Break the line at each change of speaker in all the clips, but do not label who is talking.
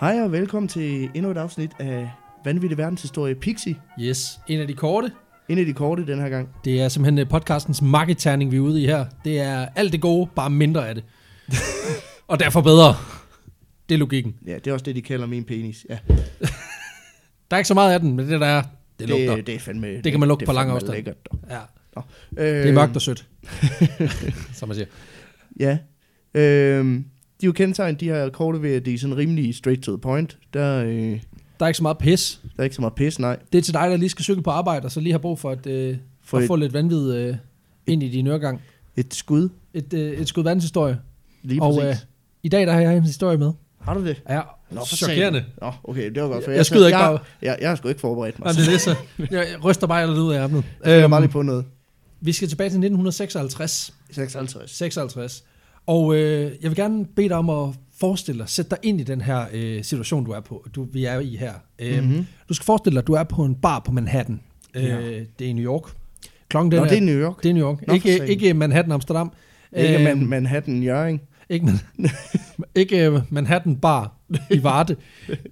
Hej og velkommen til endnu et afsnit af Vanvittig Verdenshistorie Pixie.
Yes, en af de korte.
En af de korte den her gang.
Det er simpelthen øh, podcastens markedterning, vi er ude i her. Det er alt det gode, bare mindre af det. og derfor bedre. Det er logikken.
Ja, det er også det, de kalder min penis. Ja,
Der er ikke så meget af den, men det der er, det lugter.
det, det er fandme...
Det kan man lugte
er
på lang
fandme
afstand.
Lækkert, dog.
Ja,
Nå.
det er
Øhm,
mørkt og sødt. Som man siger.
Ja. Øhm, de er jo kendetegnet, de her korte, ved at de er sådan rimelig straight to the point. Der, øh,
Der er ikke så meget pis.
der er ikke så meget pis, nej.
Det er til dig, der lige skal cykle på arbejde, og så lige har brug for at, øh,
For
at
et-
få lidt vanvid øh, ind i din øregang.
Et skud,
Et, øh, et skud verdenshistorie.
lige
Og
præcis.
øh, i dag, der har jeg en historie med.
har du det?
Ja,
Nå, for
chokerende.
satan. Nå, okay, det var godt. For
Jeg skyder ikke
jeg,
bare-
Jeg, jeg, har sgu ikke forberedt mig.
Jamen, det er det Øhm. så. Jeg ryster bare lidt ud af ærmet.
Jeg er bare lige på noget.
Vi skal tilbage til 1956.
56.
56. Og øh, jeg vil gerne bede dig om at forestille dig, sætte dig ind i den her øh, situation, du er på, du, vi er i her. Øh, mm-hmm. Du skal forestille dig, at du er på en bar på Manhattan. Øh,
Mhm. Ja.
Det er i New York. Klokken den
Nå,
er,
det er New York.
det er New York.
Nå,
Nå,
for
ikke,
satan.
ikke Manhattan, Amsterdam.
Ikke
Øh,
man, Manhattan Jørgen.
ikke, man, ikke øh, Manhattan Bar i Varde.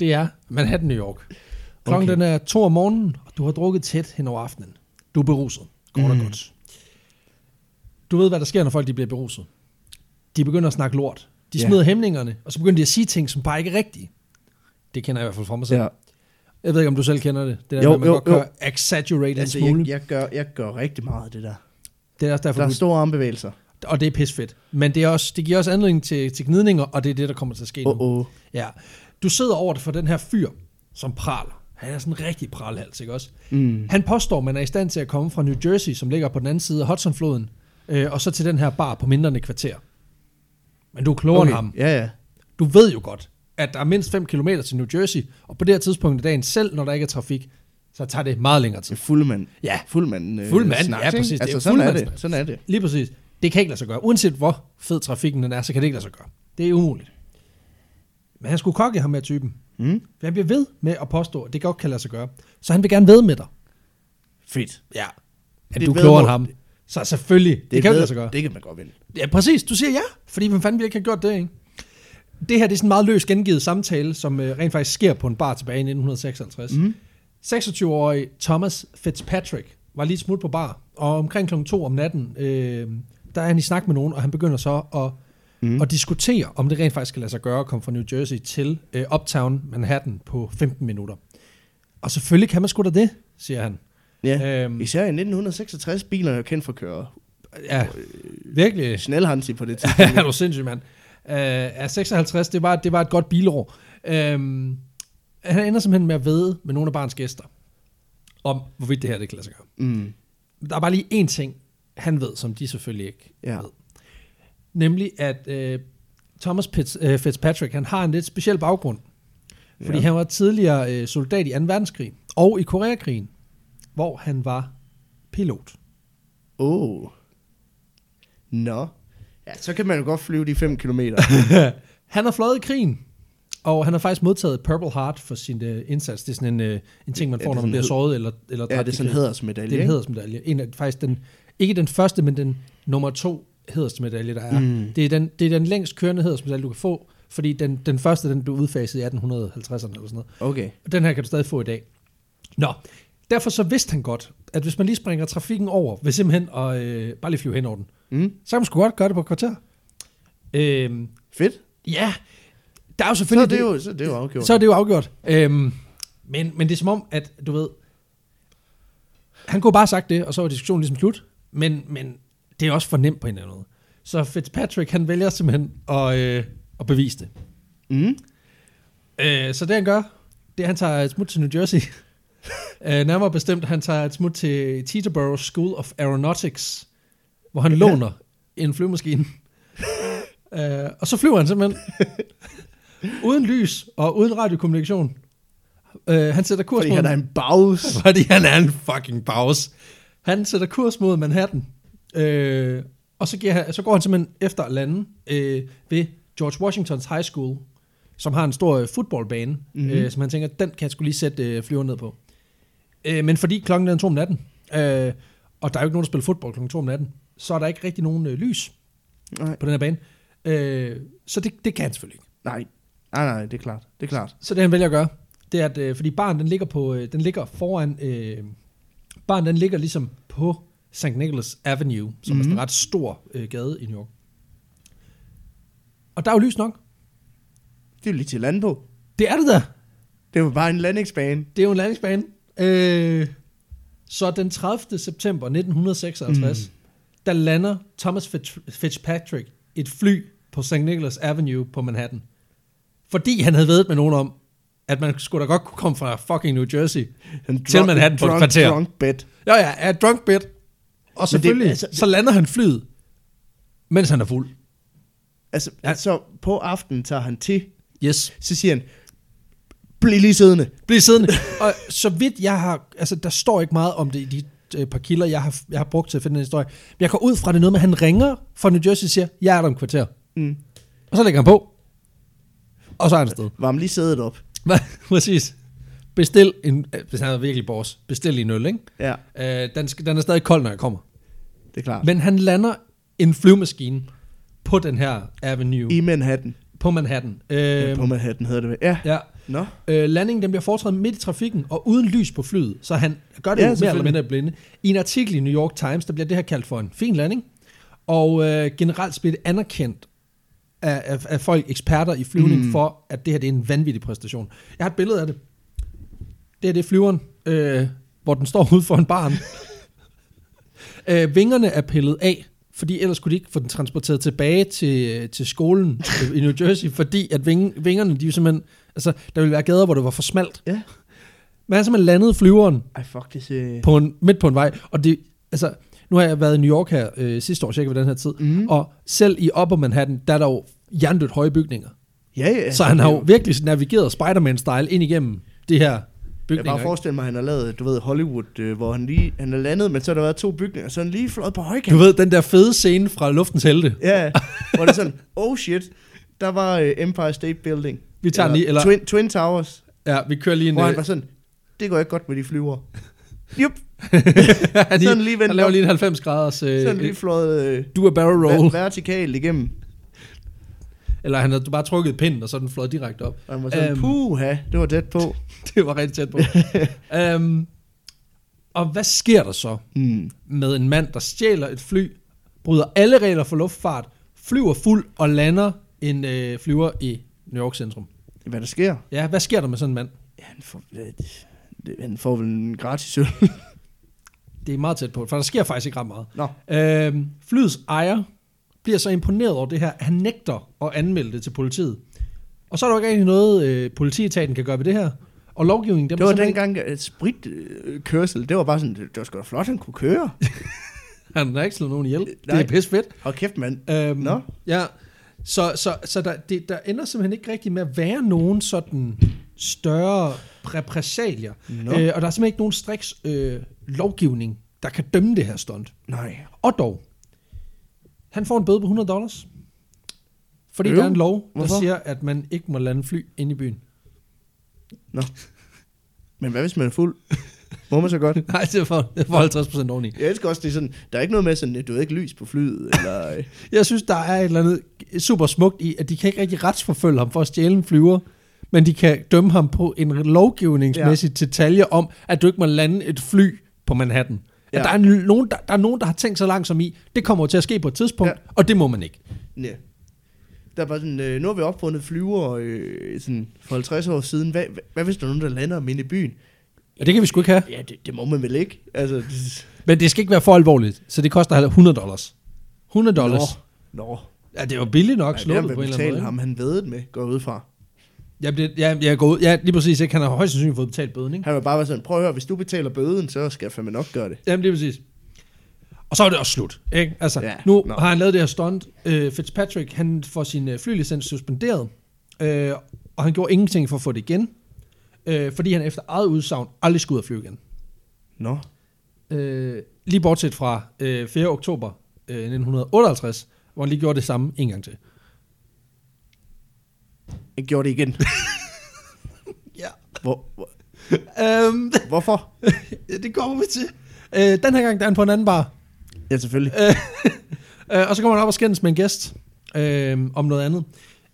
Det er Manhattan, New York. Klokken
Okay.
okay. den er to om morgenen, og du har drukket tæt hen over aftenen. Du er beruset. Godt
Mm.
og godt. Du ved, hvad der sker, når folk de bliver beruset. De begynder at snakke lort. De
Ja.
smider hæmningerne, og så begynder de at sige ting, som bare ikke er rigtige. Det kender jeg i hvert fald fra mig selv. Ja. Jeg ved ikke, om du selv kender det. Det der
Jo,
jo, med, at man
jo,
jo, godt
jo.
kan exaggerate
Altså,
en smule.
jeg, jeg, gør, jeg gør rigtig meget af det der.
det er også derfor,
Der er
du,
store armbevægelser.
og det er pisfedt. Men det, er også, det giver også anledning til, til gnidninger, og det er det, der kommer til at ske nu.
Åh, oh, oh.
Ja. Du sidder over det for den her fyr, som praler. Han er sådan en rigtig pralhals, ikke også? Mm. Han påstår, man er i stand til at komme fra New Jersey, som ligger på den anden side af Hudsonfloden, øh, og så til den her bar på mindre end et kvarter. Men du er klogere okay. end ham.
Ja, ja.
Du ved jo godt, at der er mindst 5 km til New Jersey, og på det her tidspunkt i dagen, selv når der ikke er trafik, så tager det meget længere tid.
Det er fuldmand.
Ja.
Fuldmand. Øh,
Fuldmand,
snak,
ja,
ikke?
præcis. Det er
Altså, sådan er det.
fuldmandsnak.
Sådan er det.
Lige præcis. Det kan ikke lade sig gøre. Uanset hvor fed trafikken den er, så kan det ikke lade sig gøre. Det er umuligt. Men han skulle kokke ham med typen.
Mm.
Han bliver ved med at påstå, at det godt kan lade sig gøre. Så han vil gerne ved med dig.
Fedt.
Ja. Men
Det er
du er
et
klogere end
væddemål.
ham. Så selvfølgelig, det, det kan
ved-
jo lade sig gøre.
Det kan man godt vinde.
Ja, præcis. Du siger ja, fordi hvem fanden ville ikke have gjort det, ikke? Det her det er sådan en meget løs gengivet samtale, som øh, rent faktisk sker på en bar tilbage i 1956. Mm. 26-årig Thomas Fitzpatrick var lige et smut på bar, og omkring klokken 2 om natten, øh, der er han i snak med nogen, og han begynder så at,
Mhm.
mm. at diskutere, om det rent faktisk kan lade sig gøre at komme fra New Jersey til øh, Uptown Manhattan på 15 minutter. Og selvfølgelig kan man sgu da det, siger han.
Ja. Øhm.
Øhm.
Især i 1966, bilerne er jo kendt for at køre
Ja, virkelig.
snellhansi på det tidspunkt.
er du sindssyg, mand. Øh, ja, 56, det var, det var et godt bilår. Øhm, han ender simpelthen med at vide med nogle af barns gæster, om hvorvidt det her det kan lade sig gøre.
mm.
Der er bare lige én ting, han ved, som de selvfølgelig ikke
Ja.
ved. Nemlig, at øh, Thomas Pitts, øh, Fitzpatrick, han har en lidt speciel baggrund. Fordi
Ja.
ja. han var tidligere øh, soldat i 2. verdenskrig, og i Koreakrigen, hvor han var pilot.
Åh. Oh. Nå. Ja, så kan man jo godt flyve de 5 km.
han har fløjet i krigen, og han har faktisk modtaget Purple Heart for sin uh, indsats. Det er sådan en, uh, en ting, man
Ja,
får,
det er
når
sådan
man bliver
hed-
såret eller, eller
ja,
dræbt
det er
i
sådan en
krig.
hædersmedalje.
Det er en
ikke?
hædersmedalje. En af, faktisk den, ikke den første, men den nummer to hædersmedalje, der er. Mm. Det, er den, det er den længst kørende hædersmedalje, du kan få, fordi den, den første, den blev udfaset i 1850'erne eller sådan noget.
Okay.
Og Den her kan du stadig få i dag. Nå, derfor så vidste han godt, at hvis man lige springer trafikken over, ved simpelthen at øh, bare lige flyve hen over den,
Mm.
så kan man sgu godt gøre det på et kvarter. Øhm,
Fedt.
Ja, der er jo
Så er
selvfølgelig...
det jo, så er det jo afgjort.
så er det jo afgjort. Øhm, men, men det er som om, at du ved... Han kunne bare have sagt det, og så var diskussionen ligesom slut. Men, men det er også for nemt på en eller anden måde. Så Fitzpatrick, han vælger simpelthen at, øh, at bevise det.
Mm.
Øh, så det han gør, det er, at han tager et smut til New Jersey. øh, nærmere bestemt, han tager et smut til Teterboro School of Aeronautics, hvor han låner en flyvemaskine. øh, og så flyver han simpelthen. uden lys og uden radiokommunikation. Øh, han sætter kurs
Fordi
mod...
han er en baus.
fordi han er en fucking pause. Han sætter kurs mod Manhattan. Øh, og så, giver han, så går han simpelthen efter at lande øh, ved George Washingtons High School, som har en stor øh, fodboldbane, mm-hmm. øh, som han tænker, den kan jeg skulle lige sætte øh, flyver ned på. Øh, men fordi klokken er to om natten, Øh, og der er jo ikke nogen, der spiller fodbold kl. 2 om natten. Så er der ikke rigtig nogen øh, lys
Nej.
på den her bane. Øh, så det, det kan han selvfølgelig ikke.
Nej. Nej, nej, det er klart. Det er klart.
Så det han vælger at gøre, det er, at, øh, fordi baren den ligger, på, øh, den ligger foran, øh, baren den ligger ligesom på St. Nicholas Avenue, som mm-hmm. er sådan en ret stor øh, gade i New York. Og der er jo lys nok.
Det er jo lige til at lande på.
Det er det der.
Det var bare en landingsbane.
Det er jo en landingsbane. Øh, så den 30. september 1956, mm. der lander Thomas Fitz- Fitzpatrick et fly på St. Nicholas Avenue på Manhattan. Fordi han havde vedet med nogen om, at man skulle da godt kunne komme fra fucking New Jersey.
Han
Til Manhattan på et
drunk,
kvarter.
Drunk bed.
Ja, ja, er drunk bit. Og selvfølgelig, det, altså,
altså,
så lander han flyet, mens han er fuld.
Altså,
Ja.
ja. så på aftenen tager han til,
Yes.
så siger han, bliv lige siddende.
Bliv siddende. og så vidt jeg har, altså der står ikke meget om det i de øh, par kilder, jeg har, jeg har brugt til at finde den historie. Men jeg går ud fra det er noget med, at han ringer fra New Jersey og siger, jeg er der om et kvarter.
Mm.
Og så lægger han på. Og så er han afsted.
Varm lige sædet op.
Hvad? Præcis. Bestil en, øh, hvis han er virkelig boss, bestil lige en øl, ikke?
Ja,
Øh, den, skal, den er stadig kold, når jeg kommer.
det er klart. Men,
Men han lander en flyvemaskine på den her avenue.
I Manhattan.
På Manhattan. Øh,
Øhm. På Manhattan hedder det. vel? Ja. ja.
ja.
Nå.
Øh, landingen den bliver foretaget midt i trafikken og uden lys på flyet, så han gør det
Ja,
ja, mere eller
selvfølgelig.
mindre i blinde. I en artikel i New York Times, der bliver det her kaldt for en fin landing, og øh, generelt bliver det anerkendt af, af, af folk, eksperter i flyvning, mm. for at det her det er en vanvittig præstation. Jeg har et billede af det. Det her det er flyveren, øh, hvor den står ude for en barn. øh, vingerne er pillet af, fordi ellers kunne de ikke få den transporteret tilbage til, til skolen øh, i New Jersey, fordi at ving, vingerne, de er jo simpelthen, altså der ville være gader, hvor det var for smalt.
Ja.
Men han simpelthen landede flyveren
Ej, fuck, det ser...
på en, midt på en vej, og det, altså, nu har jeg været i New York her øh, sidste år, cirka ved den her tid,
Mm.
og selv i Upper Manhattan, der er der jo jerndødt høje bygninger.
Ja, ja.
Så han har jo virkelig navigeret Spider-Man-style ind igennem det her
Jeg kan
bygninger.
bare forestille mig, at han har lavet, du ved, Hollywood, øh, hvor han lige han er landet, men så har der været to bygninger, så er han lige fløjet på
ikke? du
højkant.
ved, den der fede scene fra Luftens Helte.
Ja, hvor det er sådan, oh shit, der var øh, Empire State Building.
Vi tager den lige, eller-
Twin, Twin Towers,
Ja, vi kører lige en...
hvor han
øh,
var sådan, det går ikke godt med de flyver. Jup,
han, lige,
sådan lige vendt
han laver
op.
lige en 90 graders... Øh,
så er han lige fløjet øh,
du er barrel roll.
ver- vertikalt igennem.
Eller han havde bare trukket pinden, og så er den fløjet direkte op.
Og han var sådan,
Øhm.
puha, det var tæt på.
Det var rigtig tæt på. um, og hvad sker der så
Mm.
med en mand, der stjæler et fly, bryder alle regler for luftfart, flyver fuld og lander en øh, flyver i New York centrum?
Hvad der sker?
Ja, hvad sker der med sådan en mand?
Ja, han får, det, det, han får vel en gratis øl.
Det er meget tæt på, for der sker faktisk ikke ret meget.
Nå,
Øhm, flyets ejer bliver så imponeret over det her, at han nægter at anmelde det til politiet. Og så er der jo ikke rigtig noget, øh, politietaten kan gøre ved det her. Og lovgivningen, den
det var
simpelthen
dengang øh, at spritkørsel, det var bare sådan, det var sgu da flot, han kunne køre.
ikke- Han har ikke slået nogen ihjel. Det
Nej.
er pisse fedt.
Hold kæft, mand.
Øhm,
Nå.
Ja, så, så, så der, det, der ender simpelthen ikke rigtig med at være nogen sådan større repressalier.
Nå.
Øh, og der er simpelthen ikke nogen striks øh, lovgivning, der kan dømme det her stunt.
Nej.
Og dog, han får en bøde på 100 dollars. Fordi
Øv.
der er en lov, der
Hvorfor?
siger, at man ikke må lande fly inde i byen.
Nå. Men hvad hvis man er fuld? Må man så godt?
Nej, det er for, det er for 50 procent oveni.
Jeg elsker også, det er sådan, der er ikke noget med sådan, at du ved ikke lys på flyet, eller... øh,
Jeg synes, der er et eller andet super smukt i, at de kan ikke rigtig retsforfølge ham for at stjæle en flyver, men de kan dømme ham på en lovgivningsmæssig ja. detalje om, at du ikke må lande et fly på Manhattan.
Ja.
Ja. At der, er en- nogen, der, der er nogen, der har tænkt så langt som i, det kommer jo til at ske på et tidspunkt, ja.
Ja.
og det må man ikke.
Ja. Der er bare sådan, øh, nu har vi opfundet flyver øh, sådan for 50 år siden. Hvad, hvad, hvad hvis der er nogen, der lander om inde i byen?
Ja, det kan vi sgu ikke have.
Ja, det, det må man vel ikke? Altså, det,
Men det skal ikke være for alvorligt, så det koster 100 dollars. 100 dollars.
Nå.
Ja, det var billigt nok
Nej, det har
slået på
man
en eller anden
betalt
måde.
ham, han vedede med, går jeg ud fra.
Jeg, blev, jeg, jeg er gået, ja, lige præcis. Jeg kan have højst sandsynligt fået betalt bøden, ikke?
Han var bare være sådan, prøv at høre, hvis du betaler bøden, så skal jeg fandme nok gøre det.
Jamen, lige præcis. Og så er det også slut, ikke? Altså, ja,
Ja,
nu no.
nå.
har han lavet det her stunt. Øh, Fitzpatrick, han får sin øh, flylicens suspenderet, øh, og han gjorde ingenting for at få det igen, øh, fordi han efter eget udsagn aldrig skulle ud at flyve igen.
Nå.
Øh, lige bortset fra øh, 4. oktober øh, 1958, hvor han lige gjorde det samme en gang til.
Jeg gjorde det igen.
Ja.
Hvor, hvor,
Øhm,
hvorfor?
det kommer vi til. Øh, den her gang, der er han på en anden bar.
Ja, selvfølgelig.
Øh, øh, og så kommer han op og skændes med en gæst øh, om noget andet.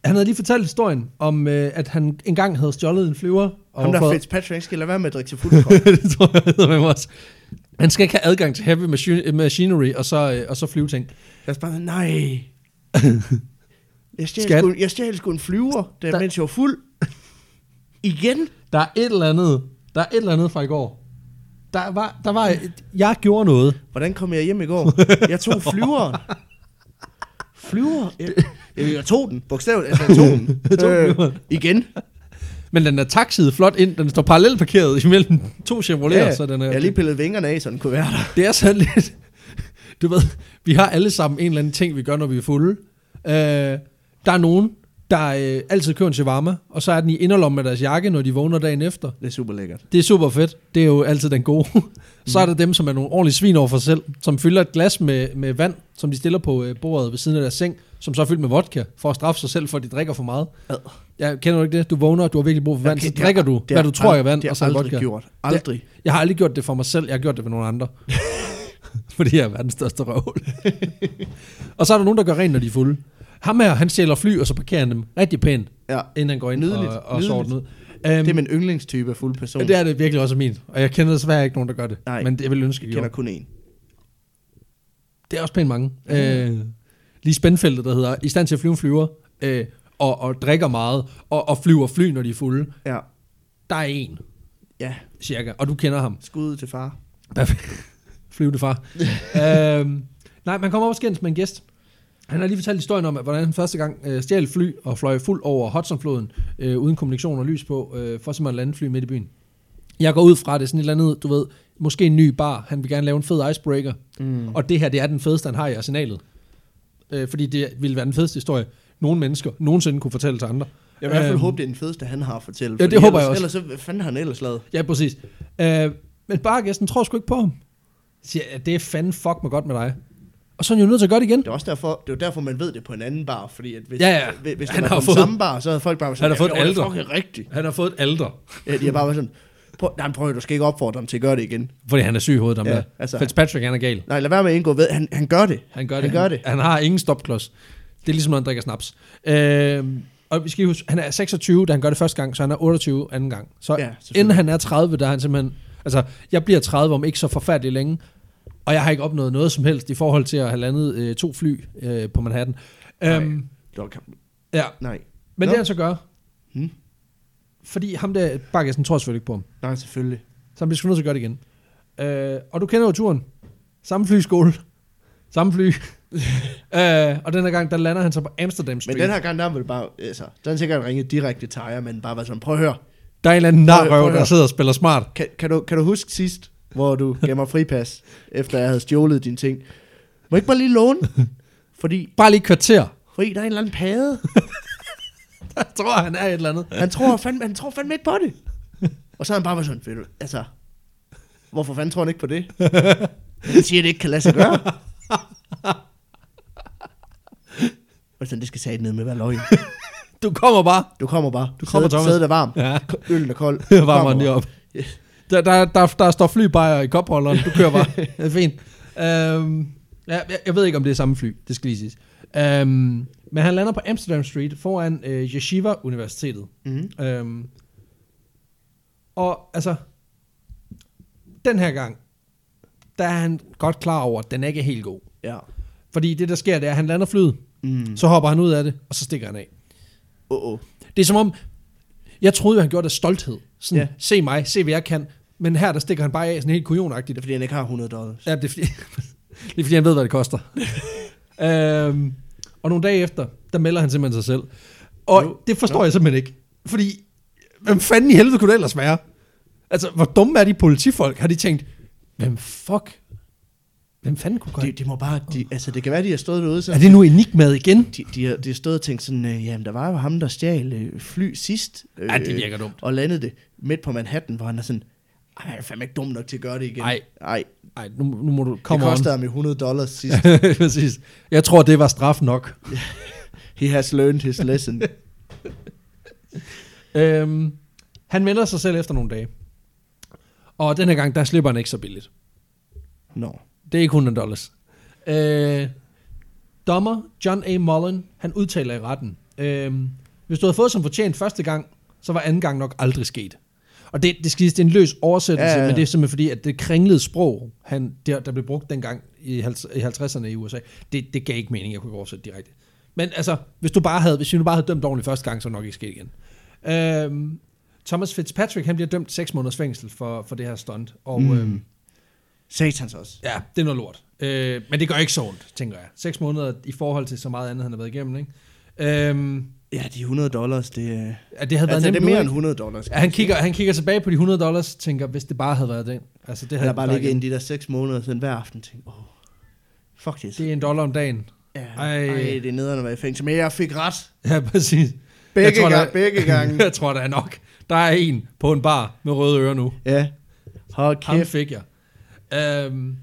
Han havde lige fortalt historien om, øh, at han engang havde stjålet en flyver. Og
Ham der
fået-
Fitzpatrick skal lade være med at drikke til fuldkorn.
det tror jeg, hedder med også. Han skal ikke have adgang til heavy machi- machinery og så, øh, og så flyveting.
Jeg er bare, sådan, nej. Jeg stjal,
Skat.
sgu, jeg stjal sgu en flyver, da,
Der-
mens jeg var fuld. Igen?
Der er et eller andet, der er et eller andet fra i går. Der var, der var, et- jeg gjorde noget.
Hvordan kom jeg hjem i går? Jeg tog flyveren. Flyver? Jeg, jeg, jeg tog den, bogstaveligt. Altså, jeg tog den.
Jeg tog
øh,
flyveren.
igen.
Men den er taxiet flot ind, den står parallelt parkeret imellem to Chevrolet'er, ja, så den er,
jeg har lige pillet vingerne af, så den kunne være der.
det er sådan lidt, du ved, vi har alle sammen en eller anden ting, vi gør, når vi er fulde. Øh, der er nogen, der øh, altid kører en shawarma, og så er den i inderlommen af deres jakke, når de vågner dagen efter.
Det er super lækkert.
Det er super fedt. Det er jo altid den gode. så er der dem, som er nogle ordentlige svin over for sig selv, som fylder et glas med, med vand, som de stiller på øh, bordet ved siden af deres seng, som så er fyldt med vodka, for at straffe sig selv, for at de drikker for meget.
Ad.
Jeg kender du ikke det? Du vågner, du har virkelig brug for vand,
Okay,
så
det har-
drikker du,
det
hvad
har
du tror
ald-
er vand,
det har
og så er
aldrig
vodka.
gjort. Aldrig.
Jeg har aldrig gjort det for mig selv, jeg har gjort det for nogle andre. Fordi jeg er verdens største røvhul. og så er der nogen, der gør rent, når de er fulde. Ham her, han stjæler fly, og så parkerer han dem rigtig pænt,
Ja.
inden han går ind
Nydeligt,
og, og sover den ud. Um,
Det er min yndlingstype af fuld person.
det er det virkelig også min. Og jeg kender desværre ikke nogen, der gør det.
Nej.
Men det, jeg vil ønske, at
Jeg
gjorde.
kender kun én.
Det er også pænt mange. Øh, lige spændfeltet, der hedder, i stand til at flyve en flyver, øh, og, og drikker meget, og, og flyver fly, når de er fulde.
Ja.
Der er en,
Ja.
cirka. Og du kender ham.
Skud til far.
Perfekt. Flyvende far. øhm, nej, man kommer op og skændes med en gæst. Han har lige fortalt historien om, at hvordan han første gang øh, stjal et fly og fløj fuld over Hudsonfloden, øh, uden kommunikation og lys på, øh, for simpelthen at lande et fly midt i byen. Jeg går ud fra, at det er sådan et eller andet, du ved, måske en ny bar. Han vil gerne lave en fed icebreaker. Mm. Og det her, det er den fedeste, han har i arsenalet. Øh, fordi det ville være den fedeste historie, nogle mennesker nogensinde kunne fortælle til andre.
Jeg vil i hvert fald
Øhm,
håbe, det er den fedeste, han har at fortælle.
Ja, det
fordi
håber jeg
ellers,
også.
Ellers, så, hvad fanden har han ellers lavet?
Ja, præcis. Øh, men bargæsten tror sgu ikke på ham. Siger, ja, det er fanden fuck mig godt med dig. Og så er han jo nødt til at gøre det igen.
Det er også derfor, det er jo derfor, man ved det på en anden bar, fordi at hvis,
Ja, ja.
hvis- hvis
Han
han det
har
var på
fået-
fået... samme bar, så havde folk bare været sådan,
Han har fået
"Ja,
et
det var da
alter."
fucking rigtigt.
Han har fået et alder.
Ja, de har bare været sådan, prøv, nej, men prøv, du skal ikke opfordre ham til at gøre det igen.
Fordi han er syg i hovedet, ham ja,
Ja,
der. Altså,
altså-
Fitzpatrick, han er gal.
Nej, lad være med at indgå ved, han, han gør det.
Han gør det.
Han gør det.
Han, han har ingen stopklods. Det er ligesom, når han drikker snaps. Øh, og vi skal huske, han er 26, da han gør det første gang, så han er 28 anden gang. Så
Ja,
ja,
selvfølgelig.
inden han er 30, der er han simpelthen... Altså, jeg bliver 30 om ikke så forfærdeligt længe, og jeg har ikke opnået noget som helst i forhold til at have landet øh, to fly øh, på Manhattan. Øhm,
Det var kamp.
ja,
Nej.
Men
Nå.
det han så gør,
Hmm.
fordi ham der Bakkesen tror selvfølgelig ikke på ham,
Nej, selvfølgelig.
så han bliver sgu nødt til at gøre det igen. Øh, og du kender jo turen. Samme flyskole. Samme fly. øh, og den her gang, der lander han så på Amsterdam
Men
Street.
den her gang, der vil bare, altså, der har han sikkert ringet direkte til ejer, men bare var sådan, prøv at høre,
Der er en eller anden
Prøv at
narrøv,
høre.
der sidder og spiller smart.
kan, kan, du, kan du huske sidst, hvor du gav mig fripas, efter jeg havde stjålet dine ting? Må jeg ikke bare lige låne? Fordi,
Bare lige et kvarter.
fordi der er en eller anden pade.
Jeg tror, han er et eller andet.
Han tror fandme, han tror fandme ikke på det. Og så er han bare sådan, ved du, altså, hvorfor fanden tror han ikke på det? Han siger, at det ikke kan lade sig gøre. Og sådan, det skal sætte ned med hver løgn.
Du kommer bare.
Du kommer bare.
Du kommer, Thomas.
Sædet er varm.
Ja.
Øllen er kold.
Jeg varmer lige op. Der, der, der, der står flybejer i kopholderen. Du kører bare. det er fint. Øhm, ja, jeg, jeg ved ikke, om det er samme fly. Det skal lige siges. Øhm, men han lander på Amsterdam Street foran øh, Yeshiva-universitetet.
Mm-hmm.
Øhm, og altså, den her gang, der er han godt klar over, at den ikke er helt god.
Ja.
Fordi det, der sker, det er, at han lander flyet,
Mm.
så hopper han ud af det, og så stikker han af.
Oh, oh.
Det er som om, jeg troede jo, han gjorde det af stolthed. Sådan,
Ja.
se mig, se hvad jeg kan. Men her, der stikker han bare af, sådan helt kujonagtigt.
Det er fordi, han ikke har 100 dollars.
Ja, det er fordi, det er fordi han ved, hvad det koster. øhm, og nogle dage efter, der melder han simpelthen sig selv. Og
Jo,
det forstår
jo.
jeg simpelthen ikke. Fordi, hvem fanden i helvede kunne det ellers være? Altså, hvor dumme er de politifolk? Har de tænkt, hvem fuck? Hvem fanden kunne godt?
Det, det må bare, de, altså det kan være, de har stået derude, så
Er det nu enigmad igen?
de, de, har, de har stået og tænkt sådan, øh, jamen der var jo ham, der stjal øh, fly sidst. Øh,
Ja, det virker dumt.
Og landede det midt på Manhattan, hvor han er sådan, ej, han er fandme ikke dum nok til at gøre det igen.
Ej.
Ej,
Nej, nu, nu må du
det
komme on.
kostede ham jo 100 dollars sidst.
Præcis. Jeg tror, det var straf nok.
He has learned his lesson.
Øhm, han melder sig selv efter nogle dage. Og den her gang, der slipper han ikke så billigt.
Nå.
Det er ikke 100 dollars. Øh, dommer John A. Mullen, han udtaler i retten, øh, hvis du havde fået som fortjent første gang, så var anden gang nok aldrig sket. Og det, det, skal, siges, det er en løs oversættelse,
Ja,
ja,
ja,
ja.
ja.
men det er simpelthen fordi, at det kringlede sprog, han, der, der blev brugt dengang i halv- i 50'erne i USA, det, det gav ikke mening, jeg kunne ikke oversætte direkte. Men altså, hvis du bare havde, hvis vi nu bare havde dømt ordentligt første gang, så var det nok ikke sket igen. Øhm, Thomas Fitzpatrick, han bliver dømt 6 måneders fængsel for, for det her stunt, og mm. øhm,
Satans også.
Ja, det er noget lort. Øh, men det gør ikke så ondt, tænker jeg. Seks måneder i forhold til så meget andet, han har været igennem, ikke? Øh,
Ja, de 100 dollars, det, øh,
ja, det havde
altså,
været
det
nemt
er mere
nu,
end
ikke?
100 dollars.
ja, han, kigger, han kigger tilbage på de 100 dollars, tænker, hvis det bare havde været det. Altså, det
Han
havde
har bare
der
ligget
ikke-
inde de der 6 måneder siden hver aften tænkt, åh, oh, fuck det.
Det er en dollar om dagen.
Ja,
Ej.
ej. ej, det er nederen at være i fængsel. Men jeg fik ret.
Ja, præcis.
Begge,
tror,
tror,
der-
gang, begge gange.
jeg tror, der er nok. Der er en på en bar med røde ører nu.
ja. Hold
Ham
kæft.
fik jeg. Øhm,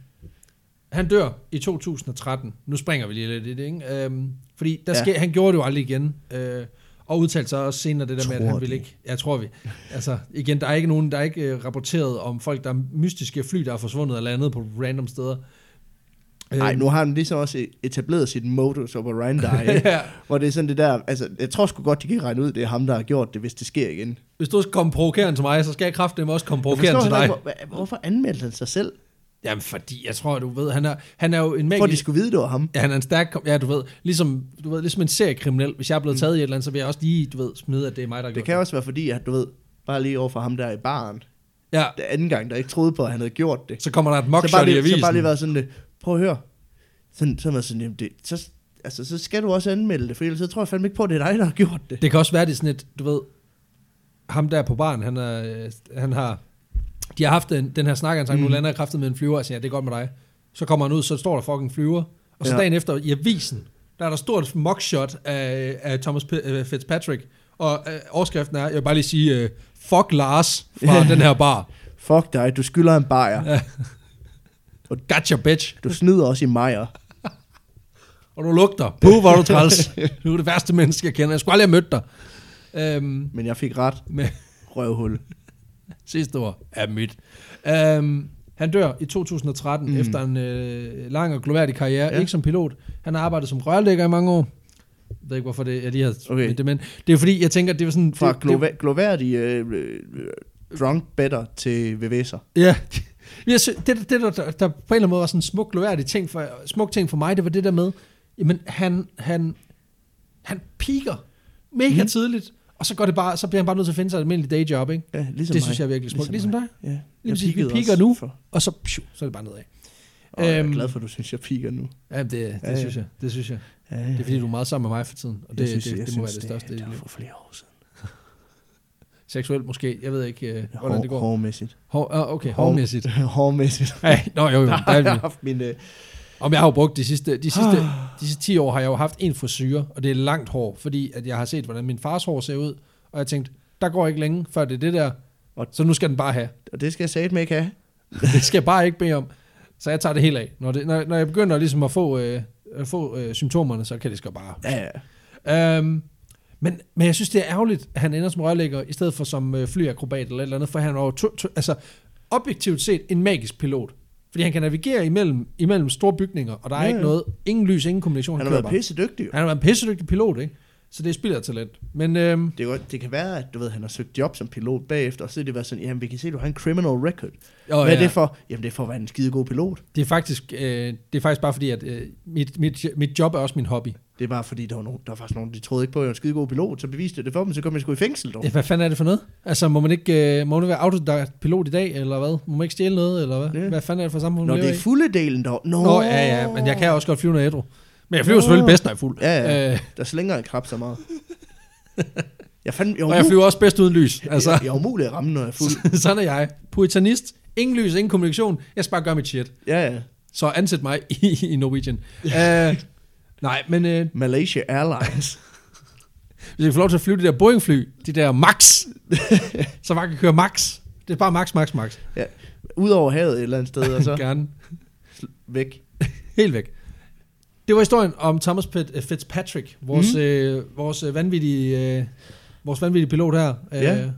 han dør i 2013. Nu springer vi lige lidt i det, ikke? Øhm, fordi der
Ja.
ja. sker, han gjorde det jo aldrig igen. Øh, og udtalte sig også senere det der med,
Tror
at han ville
du?
ikke... Ja, tror vi. Altså, igen, der er ikke nogen, der er ikke øh, rapporteret om folk, der er mystiske fly, der er forsvundet eller andet på random steder. Øh,
Nej,
Øhm.
nu har han ligesom også etableret sit modus operandi, ikke?
ja,
hvor det er sådan det der, altså jeg tror sgu godt, de kan regne ud, det er ham, der har gjort det, hvis det sker igen.
hvis du skal komme provokerende til mig, så skal jeg kraftedeme også komme
Jeg
provokerende til
heller
dig.
ikke, hvor, hvorfor anmeldte han sig selv?
Jamen, fordi jeg tror, du ved, han er, han er jo en
For at de
magisk...
skulle vide, det var ham.
Ja, han er en stærk... kom- Ja, du ved, ligesom, du ved, ligesom en seriekriminel. Hvis jeg er blevet taget i et eller andet, så vil jeg også lige, du ved, smide, at det er mig, der har
Mm. Det
gjort
kan også være fordi, at du ved, bare lige over for ham der i baren,
Ja,
det anden gang, der ikke troede på, at han havde gjort det.
så kommer der et
så bare
mugshot i
lige, så
avisen.
bare lige været sådan lidt, prøv at høre. Sådan, så er man sådan, jamen det, så, altså, så skal du også anmelde det, for ellers så tror jeg fandme ikke på, at det er dig, der har gjort det.
Det kan også være, det er sådan et, du ved, ham der på baren, han, er, øh, han har, de har haft den, den her snak, han sagde, mm. nu lander jeg kraftet med en flyver, og siger, ja, det er godt med dig. Så kommer han ud, så står der fucking flyver, og så
Ja.
ja. dagen efter i avisen, der er der stort mugshot af, af Thomas P- øh, Fitzpatrick, og øh, overskriften er, jeg vil bare lige sige, øh, fuck Lars fra den her bar.
Fuck dig, du skylder en bajer.
Gotcha, bitch.
Du snyder også i mejer.
Og du lugter. Puh, hvor er du træls. Du er det værste menneske, jeg kender. Jeg skulle aldrig have mødt dig. Øhm,
Men jeg fik ret.
men,
Røvhul.
Sidste år er mit. Um, han dør i 2013 mm. efter en øh, lang og gloværdig karriere,
Ja.
ja. ikke som pilot. Han har arbejdet som rørlægger i mange år. Jeg ved ikke, hvorfor det er de her...
Okay.
Det, men det er fordi, jeg tænker, det var sådan...
Fra
det, det,
glova- gloværdig øh, øh, drunk better til VVS'er.
ja. Jeg sy- det, det der, der, der, på en eller anden måde var sådan en smuk, gloværdig ting for, smuk ting for mig, det var det der med, jamen han, han, han piker mega mm. tidligt, og så, går det bare, så bliver han bare nødt til at finde sig et almindeligt dayjob, ikke?
Ja, ligesom
det
mig.
synes jeg er virkelig smukt. Ligesom, ligesom dig.
mig. Ja.
Lige præcis, vi
peakede
piker
også
nu,
For.
og så, pshu, så er det bare nedad.
Og jeg er
Øhm,
glad for, at du synes, jeg piker nu.
Ja, det, det
Ja, ja.
ja, synes jeg. Det synes jeg.
Ja,
Det er fordi, du er meget sammen med mig for tiden, og det, synes, det,
jeg
det, det må være det største i
Det, det var
livet.
for flere år siden.
Seksuelt måske, jeg ved ikke, øh, hvordan det
Hår,
går.
hårmæssigt.
Hår, ah, okay,
Hår-
hårmæssigt.
Hårmæssigt.
Ej, nå jo,
Der
jo. Der
har
er
jeg
vi.
haft min... Øh,
Om jeg har jo brugt de sidste, de, sidste, de sidste 10 år, har jeg jo haft en frisyre, og det er langt hår, fordi at jeg har set, hvordan min fars hår ser ud, og jeg tænkte, der går ikke længe, før det er det der,
Og-
så nu skal den bare have.
og det skal jeg satme ikke have.
Det skal jeg bare ikke bede om. Så jeg tager det helt af. Når, det, når, når jeg begynder ligesom at få, øh, at få øh, symptomerne, så kan det skal bare
Ja, ja.
Øhm, men, men jeg synes, det er ærgerligt, at han ender som rørlægger, i stedet for som øh, flyakrobat eller et eller andet, for han er jo to, to, altså, objektivt set en magisk pilot. Fordi han kan navigere imellem, imellem store bygninger, og der er
Ja,
ja,
ja.
ikke noget, ingen lys, ingen kommunikation.
Han har
kører
været
bare.
pisse dygtig.
han har været en pissedygtig pilot, ikke? Så det er spild af talent. Men øhm,
Det, er godt, det kan være, at du ved, han har søgt job som pilot bagefter, og så er det været sådan, jamen vi kan se, du har en criminal record.
og,
Hvad er
ja,
det for? Jamen det er for at være en skide god pilot.
det, er faktisk, øh, det er faktisk bare fordi, at øh, mit, mit, mit job er også min hobby.
Det er bare fordi, der var, nogen, der var faktisk nogen, de troede ikke på, at jeg var en skide god pilot, så beviste jeg det for dem, så kom jeg sgu i fængsel dog.
Ja, Hvad fanden er det for noget? Altså, må man ikke øh, må man ikke være autopilot i dag, eller hvad? Må man ikke stjæle noget, eller hvad?
Ja.
Hvad fanden er det for samfund,
Nå,
vi lever
det
i?
er fulde delen dog. Nå,
Nå, ja, ja, men jeg kan også godt flyve, når jeg er ædru. Men jeg flyver
Nå.
selvfølgelig bedst, når jeg er fuld.
Ja, ja.
Øh,
Der slænger en krab så meget. Jeg fandt, jeg
og jeg flyver også bedst uden lys.
altså.
Altså,
jeg, jeg er umulig at ramme, når jeg er fuld.
sådan er jeg. Puritanist, ingen lys, ingen kommunikation. Jeg skal bare gøre mit shit.
Ja, ja.
Så ansæt mig i, i Norwegian. Øh, nej, men øh,
Malaysia Airlines.
hvis jeg får lov til at flyve de der Boeing-fly, de der Max, så bare kan køre Max. Det er bare Max, Max, Max.
Ja. Ud over havet et eller andet sted, og så
Gerne.
væk.
Helt væk. Det var historien om Thomas Pet- øh,
Mhm.
Fitzpatrick, vores, mm. øh, vores øh, vanvittige øh, vores vanvittige pilot her. Øh,
Ja.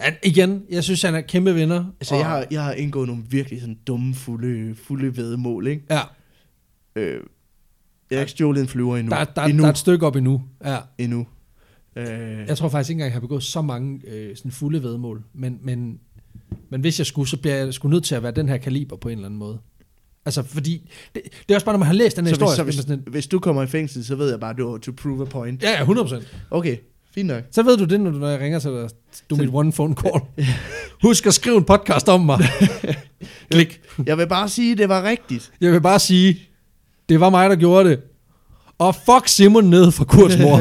Han, igen, jeg synes, han er kæmpe vinder.
Altså, jeg har, jeg har indgået nogle virkelig sådan dumme, fulde, fulde vedmål, ikke?
Ja,
Øh, jeg har ikke stjålet en flyver endnu.
der, der,
endnu.
der er et stykke op endnu. Ja.
endnu. Øh,
Jeg tror faktisk ikke engang, jeg har begået så mange øh, sådan fulde vedmål. Men, men, men hvis jeg skulle, så bliver jeg sgu nødt til at være den her kaliber på en eller anden måde. Altså, fordi... Det, det er også bare, når man har læst den her
så hvis,
historie,
så
så man sådan,
hvis,
lidt,
hvis du kommer i fængsel, så ved jeg bare, du to prove a point.
ja, ja, 100%.
Okay, fint nok.
Så ved du det, når, du, når jeg ringer til dig. Du er mit one phone call. Husk at skrive en podcast om mig. Klik.
Jeg vil bare sige, det var rigtigt.
Jeg vil bare sige, det var mig, der gjorde det. Og fuck Simon ned fra Kurts mor.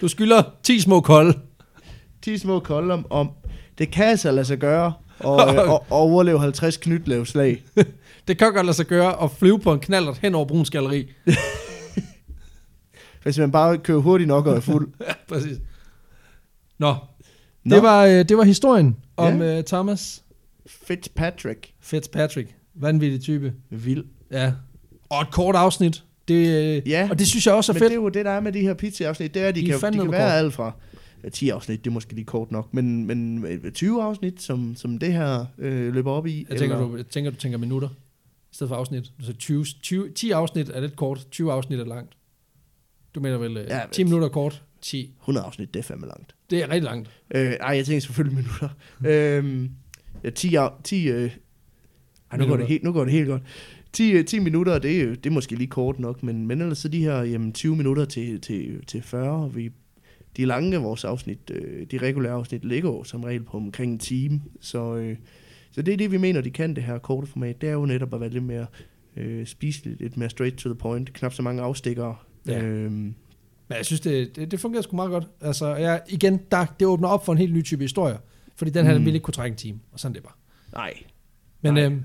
du skylder 10 små kolde.
10 små kolde om, om, det kan altså lade sig gøre, og, øh, og overleve 50 knytlævslag.
Det kan godt lade sig gøre at flyve på en knallert hen over Bruns Galeri.
Hvis man bare kører hurtigt nok og er fuld.
Ja, præcis. Nå,
Nå.
Det, var, øh, det var historien om ja. Thomas
Fitzpatrick.
Fitzpatrick. Vanvittig type.
Vild.
Ja. Og et kort afsnit. Det, øh,
Ja,
Og det synes jeg også
Så
er
men
fedt.
det er jo det, der er med de her pizza-afsnit. Det er, at de,
De er
de kan, de
fandme
kan være
kort.
alt fra ja, 10 afsnit, det er måske lige kort nok, men, men 20 afsnit, som, som det her øh, løber op i.
Jeg tænker, du, jeg tænker, du tænker minutter i stedet for afsnit. Så 20, 20, 10 afsnit er lidt kort, 20 afsnit er langt. Du mener vel,
Ja,
ja,
men-
10 minutter er kort, 10.
100 afsnit, det er fandme langt.
Det er rigtig langt.
Øh, ej, jeg tænker selvfølgelig minutter. Øh, ja, 10, af- 10 øh, ej, nu, går
Minutter.
det helt, nu går det helt godt. 10, øh, 10 minutter, det, er jo- det er måske lige kort nok, men, men ellers så de her jamen, 20 minutter til, til, til 40, og vi, de lange af vores afsnit, øh, de regulære afsnit, ligger jo som regel på omkring en time, så, øh, så det er det, vi mener, de kan, det her korte format, det er jo netop at være lidt mere øh, spiseligt, lidt mere straight to the point, knap så mange afstikkere.
Ja.
Øhm,
Men jeg synes, det, det, det fungerer sgu meget godt. Altså, jeg, igen, der, det åbner op for en helt ny type historier. Fordi den her, den
Mm.
ville ikke kunne trække en time. Og sådan er det bare.
nej,
Men
Nej.
øhm,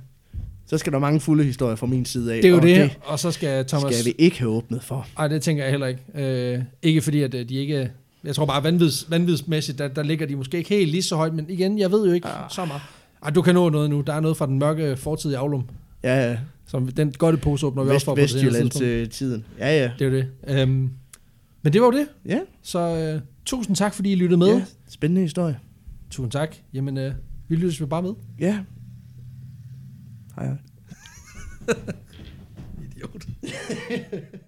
så skal der mange fulde historier fra min side af.
det er jo
og
det, det, og så skal Thomas...
skal vi ikke have åbnet for.
Ej, det tænker jeg heller ikke. Øh, ikke fordi, at øh, de ikke... Jeg tror bare, vanvids, vanvidsmæssigt, der, der ligger de måske ikke helt lige så højt, men igen, jeg ved jo ikke ah.
Ah.
så meget. Ej, du kan nå noget nu. Der er noget fra den mørke fortid i Aulum,
Ja, ja.
som den godte pose åbner vi
Vest,
også for på det senere
Vestjyllands
tidspunkt.
øh, tiden. Ja, ja.
Det er jo det. Øhm, men det var jo det.
Ja,
Så øh, tusind tak, fordi I lyttede med.
ja. Spændende historie.
Tusind tak. Jamen, øh, vi lyttes vi bare med.
Ja. Hej, hej.
Idiot.